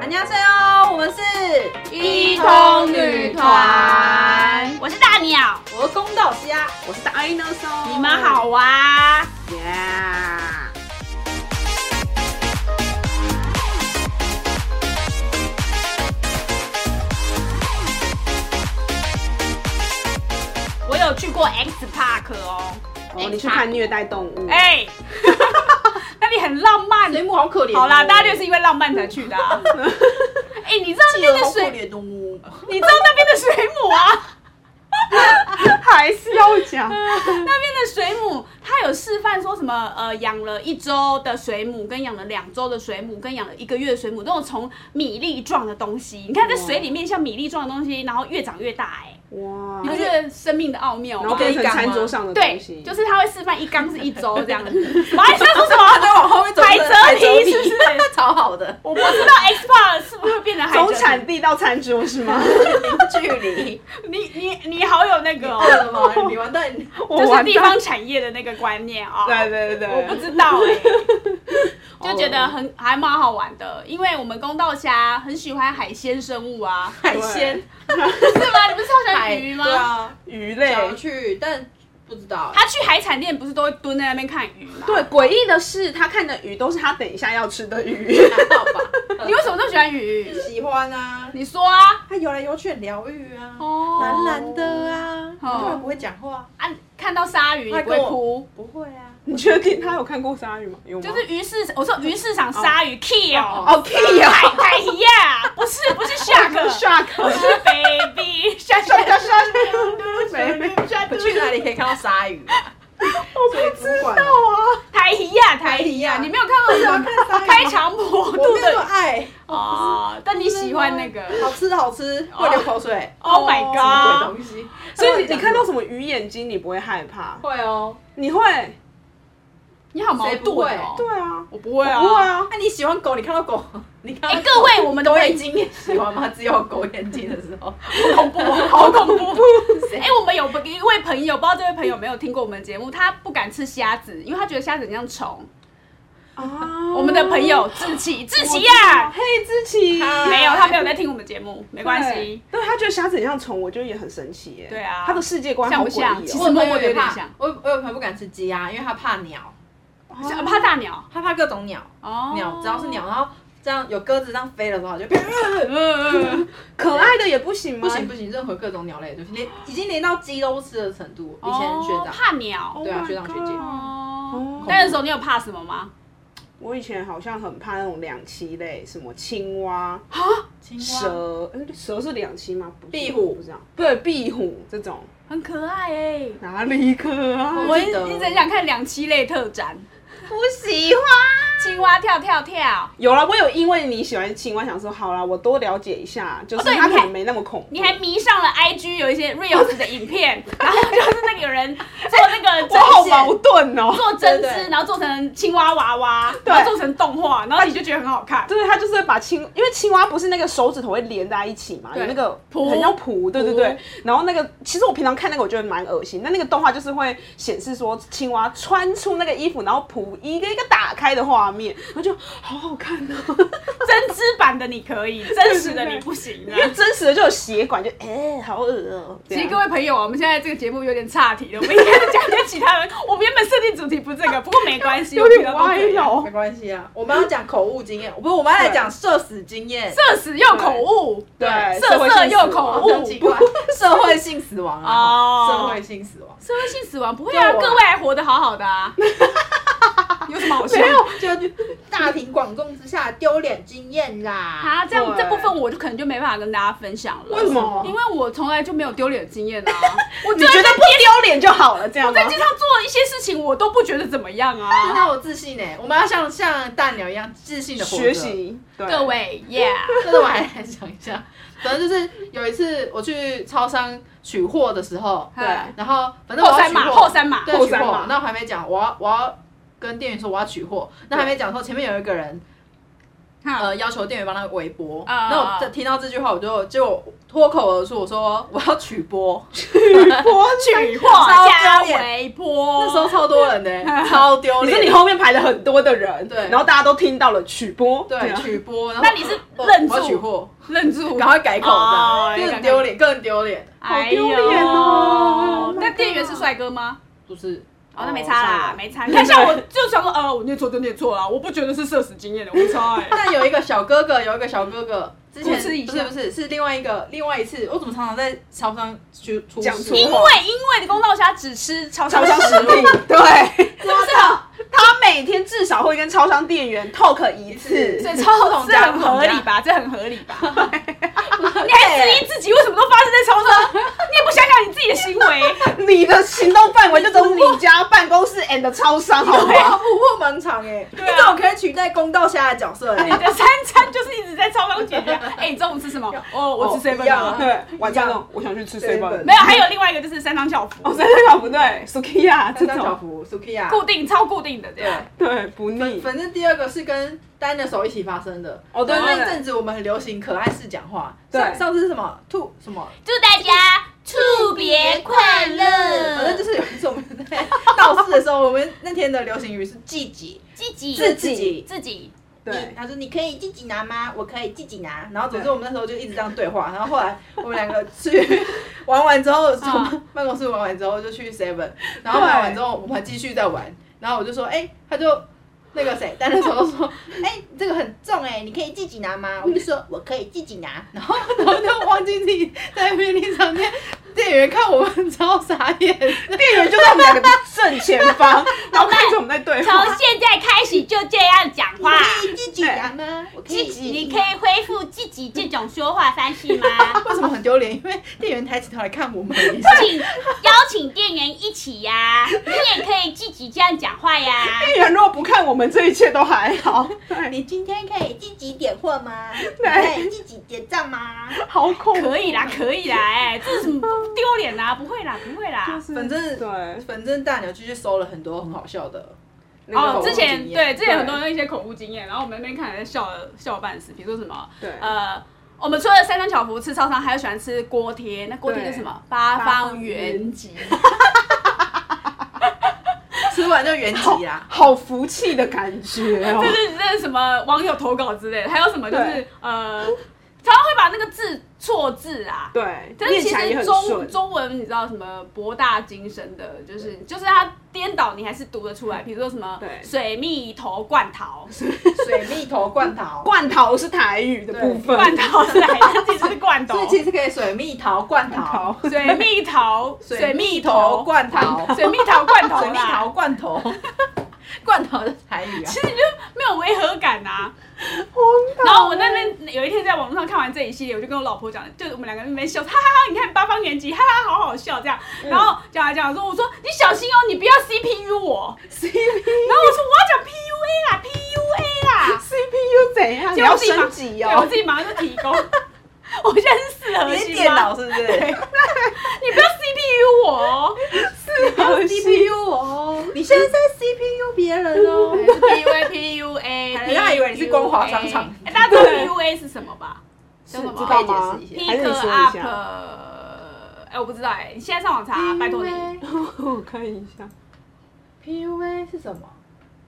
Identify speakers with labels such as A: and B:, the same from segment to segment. A: 안녕하세요，我们是
B: 一通女团
A: 我是大鸟，我是公道
C: 啊
A: 虾，我是 dinosaur，
B: 你们好
A: 啊，Yeah。
B: 我有去过 X Park 哦。
A: 哦，你去看虐待动物？哎、
B: 哎、 那里很浪漫。
A: 水母好可怜哦
B: 好啦，大家就是因为浪漫才去的、 啊。哎、你知道那边的水，
A: 怜动物，
B: 你知道那边的水母啊？
A: 还是要讲。
B: 那边的水母，它有示范说什么？呃，养了一周的水母，跟养了两周的水母，跟养了一个月的水母，那种从米粒状的东西，你看在水里面像米粒状的东西，然后越长越大、哎。
A: 哇
C: 哦
B: 你，不觉得生命的奥妙吗？
A: 然后变成餐桌上的
B: 对
A: 东西，
B: 就是他会示范一缸是一周这样子。我还在说什么？再往后面
C: 走
B: 海蜇
C: 海
B: 蹄
C: 蜇
B: 是不是？
C: 超好 的
B: 我不知道 X Park 是不是会变成海蜇
A: 从
B: 蹄
A: 产地到餐桌是 吗？
C: 距离，
B: 你你你好有那个
C: 饿
B: 哦，
C: 了吗？你完蛋，
A: 我
B: 就是
A: 完
B: 地
A: 蛋
B: 方产业的那个观念啊、
A: 对对对对，
B: 我不知道哎、就觉得很还蛮好玩的，因为我们公道虾很喜欢海鲜生物啊，
C: 海鲜
B: 是吗？你不是超喜欢鱼
C: 对
B: 吗？
C: 啊，
A: 鱼类。
C: 想要去，但不知道。
B: 他去海产店不是都会蹲在那边看鱼吗？
A: 对，，诡异的是，他看的鱼都是他等一下要吃的鱼。
C: 还好吧？
B: 你为什么那么喜欢鱼？
C: 喜欢啊？
B: 你说啊，
C: 它游来游去很疗愈啊，
B: 哦
C: 蓝蓝的啊，
B: 哦
C: 突然不会讲话，
B: 啊，看到鲨鱼你不会哭，
C: 不会啊，
A: 你确定他有看过鲨鱼吗？有吗？
B: 就是鱼市，我说鱼市场鲨鱼 kill，
A: 哦屁 呀、
B: 海海鱼呀，不是不是 shark，不
A: shark
B: 是 baby
A: shark
B: shark，
A: shark，没没，
C: 去哪里可以看到鲨鱼啊？
A: 我不知道啊。
B: 台鱼呀台鱼呀，
C: 台鱼啊
B: 你没有看 过
C: 看鲨鱼
B: 开肠破
C: 我
B: 肚
C: 没有
B: 的
C: 爱，
B: 哦，但你喜欢那个
C: 好吃的好吃， 会流口水。
B: ，Oh
C: 什
B: my
C: 么
B: god，
C: 鬼东西？
A: 哦所以你你看到什么鱼眼睛，你不会害怕？
C: 会哦，
A: 你会？
B: 你好矛
C: 谁不会
B: 盾哦，
A: 对啊，
B: 我不会
A: 不会啊。
C: 那你喜欢狗？你看到狗， 你看到
B: 哎，各位，我们的
C: 狗眼
B: 眼睛
C: 睛也 喜欢吗？只有狗眼睛的时候，
B: 恐怖，好恐怖。
C: 谁
B: 哎、我们有一位朋友，不知道这位朋友有没有听过我们的节目，他不敢吃虾子，因为他觉得虾子很像虫。
A: 啊，
B: 我们的朋友 志奇，志奇呀、
C: 啊
A: 嘿，志奇，
C: 他
B: 没有，他没有在听我们节目，没
A: 没
B: 关系。。
A: 对他觉得瞎子很像虫，我觉得也很神奇耶。
B: 对啊
A: 他的世界观
B: 像
A: 好
B: 不像
A: 诡异
B: 其
A: 哦。
B: 实默默有点
C: 怕
B: 像
C: 我我有朋友不敢吃鸡啊，因为他怕鸟，
B: 像怕大鸟
C: 他怕各种鸟，
B: 哦，
C: 鸟只要是鸟，然后这样有鸽子这样飞的时候， 他就啪
B: 嗯，嗯嗯，
A: 可爱的也不行吗？
C: 不行不行，任何各种鸟类就是连已经连到鸡都不吃的程度。以前学
B: 哦
C: 长
B: 怕鸟
A: 哦
C: 对啊
A: my
C: 学长学
A: God
C: 姐
B: 哦
A: 哦。
B: 但那时候你有怕什么吗？
A: 我以前好像很怕那种两栖类，什么青蛙、
C: 青蛙、
A: 蛇，诶蛇是两栖吗？不是
C: 壁虎
A: 不是这样，啊对，壁虎这种
B: 很可爱哎、
A: 哪里可啊爱？
B: 我一
C: 记得
B: 一直很想看两栖类特展，
A: 不喜欢。
B: 青蛙跳跳跳。
A: 有啦，我有因为你喜欢青蛙，想说好啦，我多了解一下，就
B: 哦
A: 是
B: 对
A: 它
B: 你
A: 可
B: 还
A: 能没那么恐怖。
B: 你还迷上了 IG 有一些 reels 的影片， 然后就是那个有人做那个
A: 我好
B: 针线，
A: 矛盾哦、
B: 做针
C: 对对
B: 织，然后做成青蛙娃娃，然后做成动画，然后你就觉得很好看。
A: 对，它就是会把青，因为青蛙不是那个手指头会连在一起嘛，
B: 对
A: 有那个
B: 蹼
A: 很像蹼，对对
B: 蹼
A: 对。然后那个，其实我平常看那个我觉得蛮恶心，那那个动画就是会显示说青蛙穿出那个衣服，然后蹼一个一个打开的画面，我就好好看哦、
B: 针织版的你可以，真实的
A: 对
B: 你不行
A: 因为
B: 啊。
A: 真实的就有血管，就哎、好恶哦、
B: 其
A: 这
B: 实
A: 样
B: 各位朋友啊，我们现在这个节目有点岔题了，我们应该是讲一些其他人。我们原本设定主题不是这个，不过没关系，
A: 有点
B: 我们
A: 歪
B: 平常
A: 楼
C: 没，关系啊，我们要讲口误经验，不是我们要来讲社死经验，
B: 都可以。社死又口误，
A: 对，
B: 色
A: 社会性
B: 色又
A: 死
B: 口
A: 亡
B: 误
C: 好奇怪， 社会性死亡
B: 哦
C: 啊，社会性死亡，
B: 社会性死亡不会啊，
C: 对我
B: 各位还活得好好的啊，有什么好笑？
C: 就大庭广众之下丢脸经验啦。
B: 啊，这样
A: 对
B: 这部分我就可能就没办法跟大家分享了。
A: 为什么
B: 因为我从来就没有丢脸的经验啊。我
A: 你觉得不丢脸就好了，这样吗
B: 在？街上做一些事情，我都不觉得怎么样啊。
C: 那我自信呢？我们要像像大鸟一样自信的
A: 学习，对
B: 各位，Yeah，
C: 这个我还来讲一下。反正就是有一次我去超商取货的时候，
A: 对
B: 嗨
C: 然后反正我
B: 后
C: 要
B: 三
C: 取
B: 码，
C: 货，
B: 后三码，
C: 对
A: 后
C: 取
A: 三码
C: 货，那我还没讲，我要我要跟店员说我要取货，那还没讲说前面有一个人
B: 哈
C: 呃要求店员帮他微波。
B: 啊
C: 那我这听到这句话，我就就脱口而出，我说我要取波。
A: 我去
B: 破
A: 话，
B: 加微波，
C: 那时候超多人
B: 哦
C: 的，超丢
A: 你
C: 脸。
A: 是你后面排了很多的人，
C: 对
A: 然后大家都听到了曲波，
C: 对
A: 啊
C: 取波，然后
B: 那你是
C: 我
B: 愣
C: 我要取
B: 住
C: 货，
B: 愣住，
C: 赶快改口
B: 哦
C: 这样，就很丢脸，更丢脸。
B: 哎
A: 丢脸
B: 呦
A: 哦 Oh my
B: 那
A: God
B: 店员是帅哥吗？
C: 不是，
B: 哦，那没差
A: 算
B: 啦
A: 了，
B: 没 差。你看，像我就想说，呃，我念错就念错啦，我不觉得是社死经验的，我没差哎。
C: 但有一个小哥哥，有一个小哥哥，之前
B: 噗嗤一
C: 不是
B: 下
C: 不是是另外一个另外一次，我怎么常常在超商去出
A: 讲
C: 事
A: 错
B: 因为因为公道虾只吃超
A: 超商
B: 商
A: 食品，对，
B: 是不是？
A: 他每天至少会跟超商店员 talk 一次，
B: 所以超
C: 统
B: 这
C: 家
B: 很合理
C: 统
B: 吧？这很合理 吧？你还质疑自己为什么都发生在超商？你也不想想你自己的行为，
A: 你的行动范围就只有你家办公室 and 超商，好不
C: 哇，
A: 好？
C: 琥珀盲场哎，你
B: 对啊
C: 这种可以取代公道虾的角色
B: 你
C: 哎，
B: 的三餐就是一直在超商解 决。哎，你中午吃什么？哦，我吃
C: 哦
B: seven
C: 一样啊。
B: 啊
A: 对，晚上呢，我想去吃 seven，
C: Seven
B: 没有，还有另外一个就是三张校服，
A: 哦，三三小不对，Sukiya 这
C: 三张小
A: 种，
C: 福 Sukiya，
B: 固定超固定的这
C: 对
B: 样。。
A: 对，不腻。
C: 反正第二个是跟 dinosaur 一起发生的
A: 哦对
C: 然后
A: 对
C: 那
A: 对
C: 阵子我们很流行可爱式讲话，
A: 对
C: 上上次是什么兔什么，
B: 祝大家兔别快
C: 反正
B: 乐
C: 就，是有一次我们在 闹事的时候，我们那天的流行语是季姐，
B: 自己
A: 自
C: 自己
B: 自己，
A: 对，
C: 他说你可以自己拿吗？我可以自己拿。然后总之
A: 对
C: 我们那时候就一直这样对话，然后后 来我们两个去 玩完之后，从办公室玩完之后就去 Seven，然后玩完之后我们还继续在玩，然后我就说，哎、他就。那个谁，但那时候 说，哎、你这个很重哎、你可以自己拿吗？我就说我可以自己拿， 然后然后就忘记自己在便利商 店，店员看我们超傻 眼，
A: 店员就在我们两个的正前方，然后看着我们在
B: 哎
A: 对话。
B: 现在开始就这样讲话
C: 可 以自己拿吗？我可以
A: 自己
B: 以恢复自己这种说话方式 吗？
C: 为什么很丢脸？因为店员抬起头来看我们一下，
B: 请邀请店员一起呀、你也可以自己这样讲话呀。
A: 店员如果不看我们，这一切都还好。对，
C: 你今天可以自己点货 吗？你
A: 可
C: 以自己结账吗？
A: 好恐怖。啊
B: 可以啦，可以啦，哎、这是什么丢脸啦？不会啦，不会啦。
A: 就是
C: 反正哦
A: 对，
C: 反正大鸟就去搜了很多很好笑的。
A: 那个
B: 哦，
C: 恐怖
B: 之前
C: 经验
B: 对之前
A: 对
B: 很多人一些恐怖经验，然后我们那边看人笑了笑了半死，比如说什么
A: 对
B: 呃，我们除了三张巧福吃超商，还有喜欢吃锅贴，那锅贴
A: 对
B: 是什么？八
C: 八方
B: 方圆集，
C: 吃完就原籍啦。
A: 好福气的感觉哦
B: 这。是这是什么网友投稿之类的，还有什么就
A: 对
B: 是呃，常常会把那个字错字啊。
A: 对，
B: 但是
A: 念
B: 其
A: 起来也
B: 实
A: 很
B: 中
A: 顺。
B: 中文你知道什么博大精深的，就是就是它颠倒你还是读得出来，比如说什么
A: 对
B: 水蜜桃罐头，
C: 水蜜桃罐头，
A: 罐头是台语的部分，
B: 罐头是来的，其实是罐 头
C: 所以。其实可以水蜜桃罐头，
A: 头
B: 水蜜 桃，水蜜桃
C: 罐头，
B: 水蜜桃罐头啦，
C: 水蜜桃罐头， 罐头的台语啊
B: 其。实就没有违和感 呐、
A: 荒
C: 欸
B: 然
A: 唐。
B: 后我那边有一天在网络上看完这一系列，我就跟我老婆讲，就我们两个在那边笑，哈哈哈，你看八方年级，哈哈，好好笑这样。
C: 嗯
B: 然后讲来讲去说，我说你小心哦，你不要 CPU 我。 然后我说我要讲 PUA 啦 ，PUA 啦，
A: CPU 怎样？你
B: 结果
A: 要
B: 我自己
A: 升
B: 忙
A: 级
B: 对我
A: 哦
B: 自。己马上就提供。 我现在是四核
C: 你是
B: 心
C: 电
B: 吗
C: 脑？是不是
B: 你不要 CPU 我哦。
A: 核心
C: ？CPU 哦，你现在在 CPU 别人哦。
B: PUA PUA，
C: 人家以为你是光华商场
B: PUA 哎大家知道 PUA 是什么吧？
C: 是
B: 叫什么
C: 知道吗
A: 可以解释一下还
B: Pick
A: 是你说
B: up，
A: 一下？
B: 哎，我不知道哎，你现在上网查，拜托你。
A: 我看一下，
C: PUA 是什么？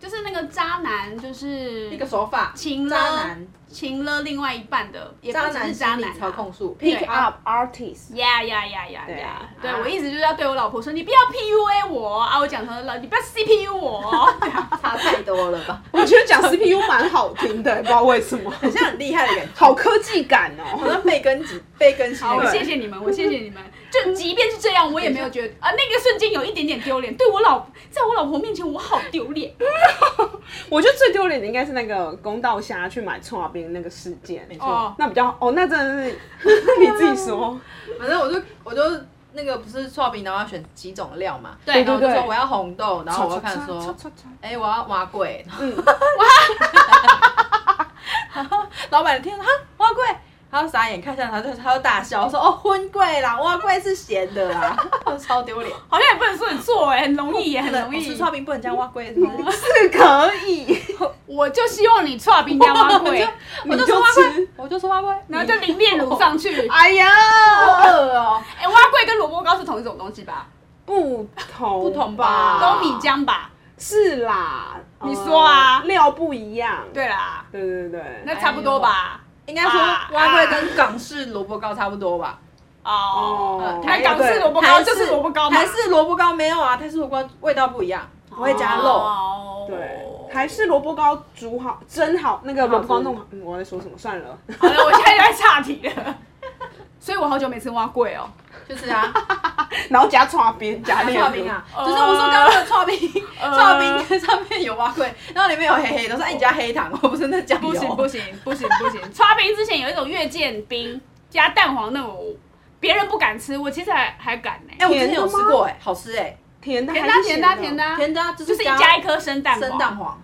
B: 就是那个渣男，就是
C: 一个手法，
B: 情
C: 渣
B: 了
C: 男，
B: 情了另外一半的，也不
C: 渣
B: 只
C: 男
B: 是渣
C: 心理
B: 男
C: 操
B: 啊。
C: 控 术
B: 对
C: ，Pick up。
A: up artist，
B: 呀呀呀呀呀！对
A: 对
C: 啊
B: 我一直就是要对我老婆说，你不要 PUA 我啊！我讲成了，你不要 CPU 我。
C: 差太多了吧？
A: 我觉得讲 CPU 蛮好听的，不知道为什么，
C: 很像很厉害的感觉，
A: 好科技感
C: 好
A: 哦。
C: 像被根基被根基那
B: 好，我
C: 个
B: 谢谢你们，我谢谢你们。就即便是这样，我也没有觉得啊，那个瞬间有一点点丢脸。对我老，在我老婆面前，我好丢脸。
A: 我觉得最丢脸的应该是那个公道虾去买葱花冰那个事件，
C: 没错。
B: 哦，
A: 那比较哦，那真的是你自己 说。
C: 反正我就我就那个不是刨冰，然后要选几种料嘛，然
B: 对
A: 对对
C: 后我就
A: 对
C: 说我要红豆，然后我就看说，哎，我要蛙 桂，
A: 嗯，
C: 老板听了哈蛙桂，他就傻眼看向他，就他就大笑说：“哦，荤贵啦，蛙贵是咸的 啦，超丢脸。”
B: 好像也不能说你做哎、很容易耶，
C: 不
B: 很
C: 能
B: 容
C: 我吃
B: 易。嗯
C: 刨冰不能加蛙龟，是不是
A: 是可以，
B: 我就希望你串冰加蛙
C: 我
B: 贵
C: 就， 我
A: 你
C: 就说
A: 就
C: 蛙龟
A: 吃，
C: 我就说蛙龟，
B: 然后就淋炼乳上 去。
A: 哎呀，
C: 好饿哦，
B: 哎、蛙贵跟萝卜糕是同一种东西吧？
A: 不同
C: 不同吧
B: 都米浆吧？
A: 是啦，
B: 你说啊
A: 呃料不一样，
B: 对啦，
A: 对对对
B: 那差不多吧。
C: 应该说
B: 啊
C: 蛙龟跟港式萝卜糕差不多吧？
B: 哦
A: 哦，
B: 那港式萝卜糕
C: 还
B: 就是萝卜糕嘛，
C: 还是萝卜糕没有啊？但是萝卜糕味道不一样，不会加肉。
B: 哦
A: 对，还是萝卜糕煮好蒸好，那个萝卜糕弄好，嗯我在说什么？算了，
B: 好了，我现在在岔题了。 所以我好久没吃蛙贵哦，
C: 就是啊，
A: 然后加串边加
C: 刨
A: 料
C: 冰啊，
B: 呃
C: 就是我说刚刚的刨冰，
B: 呃
C: 刨冰 上面有蛙龟，然后里面有黑黑的，我说哎你加黑糖哦，不是 那酱油，
B: 不行不行不行不行， 刷冰之前有一种月见冰加蛋黄那种，别人不敢吃，我其实还还敢呢、
C: 哎，我之前有
A: 甜
C: 吃
A: 的吗
C: 过哎，好吃哎，
A: 甜的
B: 甜
A: 还
B: 的啊
A: 是
B: 甜的啊
A: 咸
B: 甜的，啊，
C: 甜的啊，就
B: 就是是
C: 加
B: 加一颗生蛋
C: 生蛋
B: 黄，
C: 黄。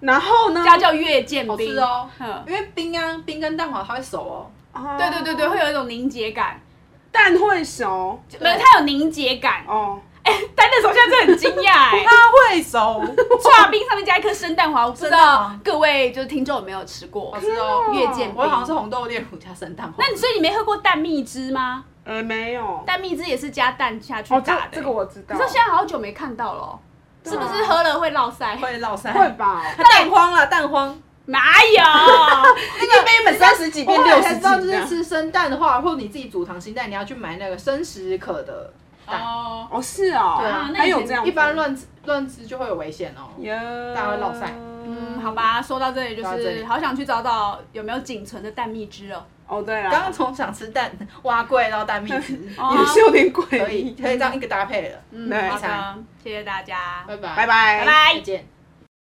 A: 然后呢？
B: 加叫月见
C: 好
B: 冰
C: 吃哦
B: 嗯，
C: 因为冰啊，冰跟蛋黄它会熟哦。
A: 啊
B: 对对对对，，会有一种凝结感，
A: 蛋会熟
B: 就没有它有凝结感。
A: 哦，
B: 哎、但那时候现在真的很惊讶 哎，
C: 它会熟，
B: 刨冰上面加一颗生蛋黄，我不知
C: 生蛋
B: 道
C: 黄
B: 各位就是听众有没有吃过
C: 好？吃哦。
B: 月见
C: 我好像
B: 冰。
C: 是红豆炼乳加生蛋黄
B: 嗯那。你所以你没喝过蛋蜜汁吗？
A: 呃没有，
B: 蛋蜜汁也是加蛋下去
A: 哦
B: 打
A: 这
B: 的、
A: 这个我知道
B: 可，是现在好久没看到了哦、
A: 对
B: 是
A: 啊
B: 不是喝了会落腮？
C: 会落腮，
A: 会吧？
C: 它蛋黄啦，蛋黄。
B: 哪有？
A: 那个杯本三十几
C: 我
A: 变
C: 后
A: 六
C: 来
A: 十
C: 才
A: 几
C: 知道，就
A: 这
C: 是
A: 样，
C: 吃生蛋的话，或者你自己煮溏心蛋，你要去买那个生食可的蛋。
B: 哦，
A: 哦是哦
C: 对啊，
B: 那
A: 还
B: 以
A: 有
B: 前
A: 这样啊
C: 一般
A: 分
C: 乱吃乱吃就会有危险哦。
A: 呀，
C: 大家会落腮
B: 嗯，好。吧，说到这里就
C: 说到这
B: 是
C: 里
B: 好想去找找有没有仅存的蛋蜜汁哦。
A: 哦对
C: 刚刚
A: 啦，
C: 从想吃蛋蛙贵到蛋蜜 汁，
B: 哦
A: 也是有点诡
C: 可以
A: 异。
C: 可以这样一个搭配了。
B: 嗯，
A: 对
B: 好的，谢谢大家，
C: 拜拜
A: 拜拜
B: 拜。拜
C: 再。见。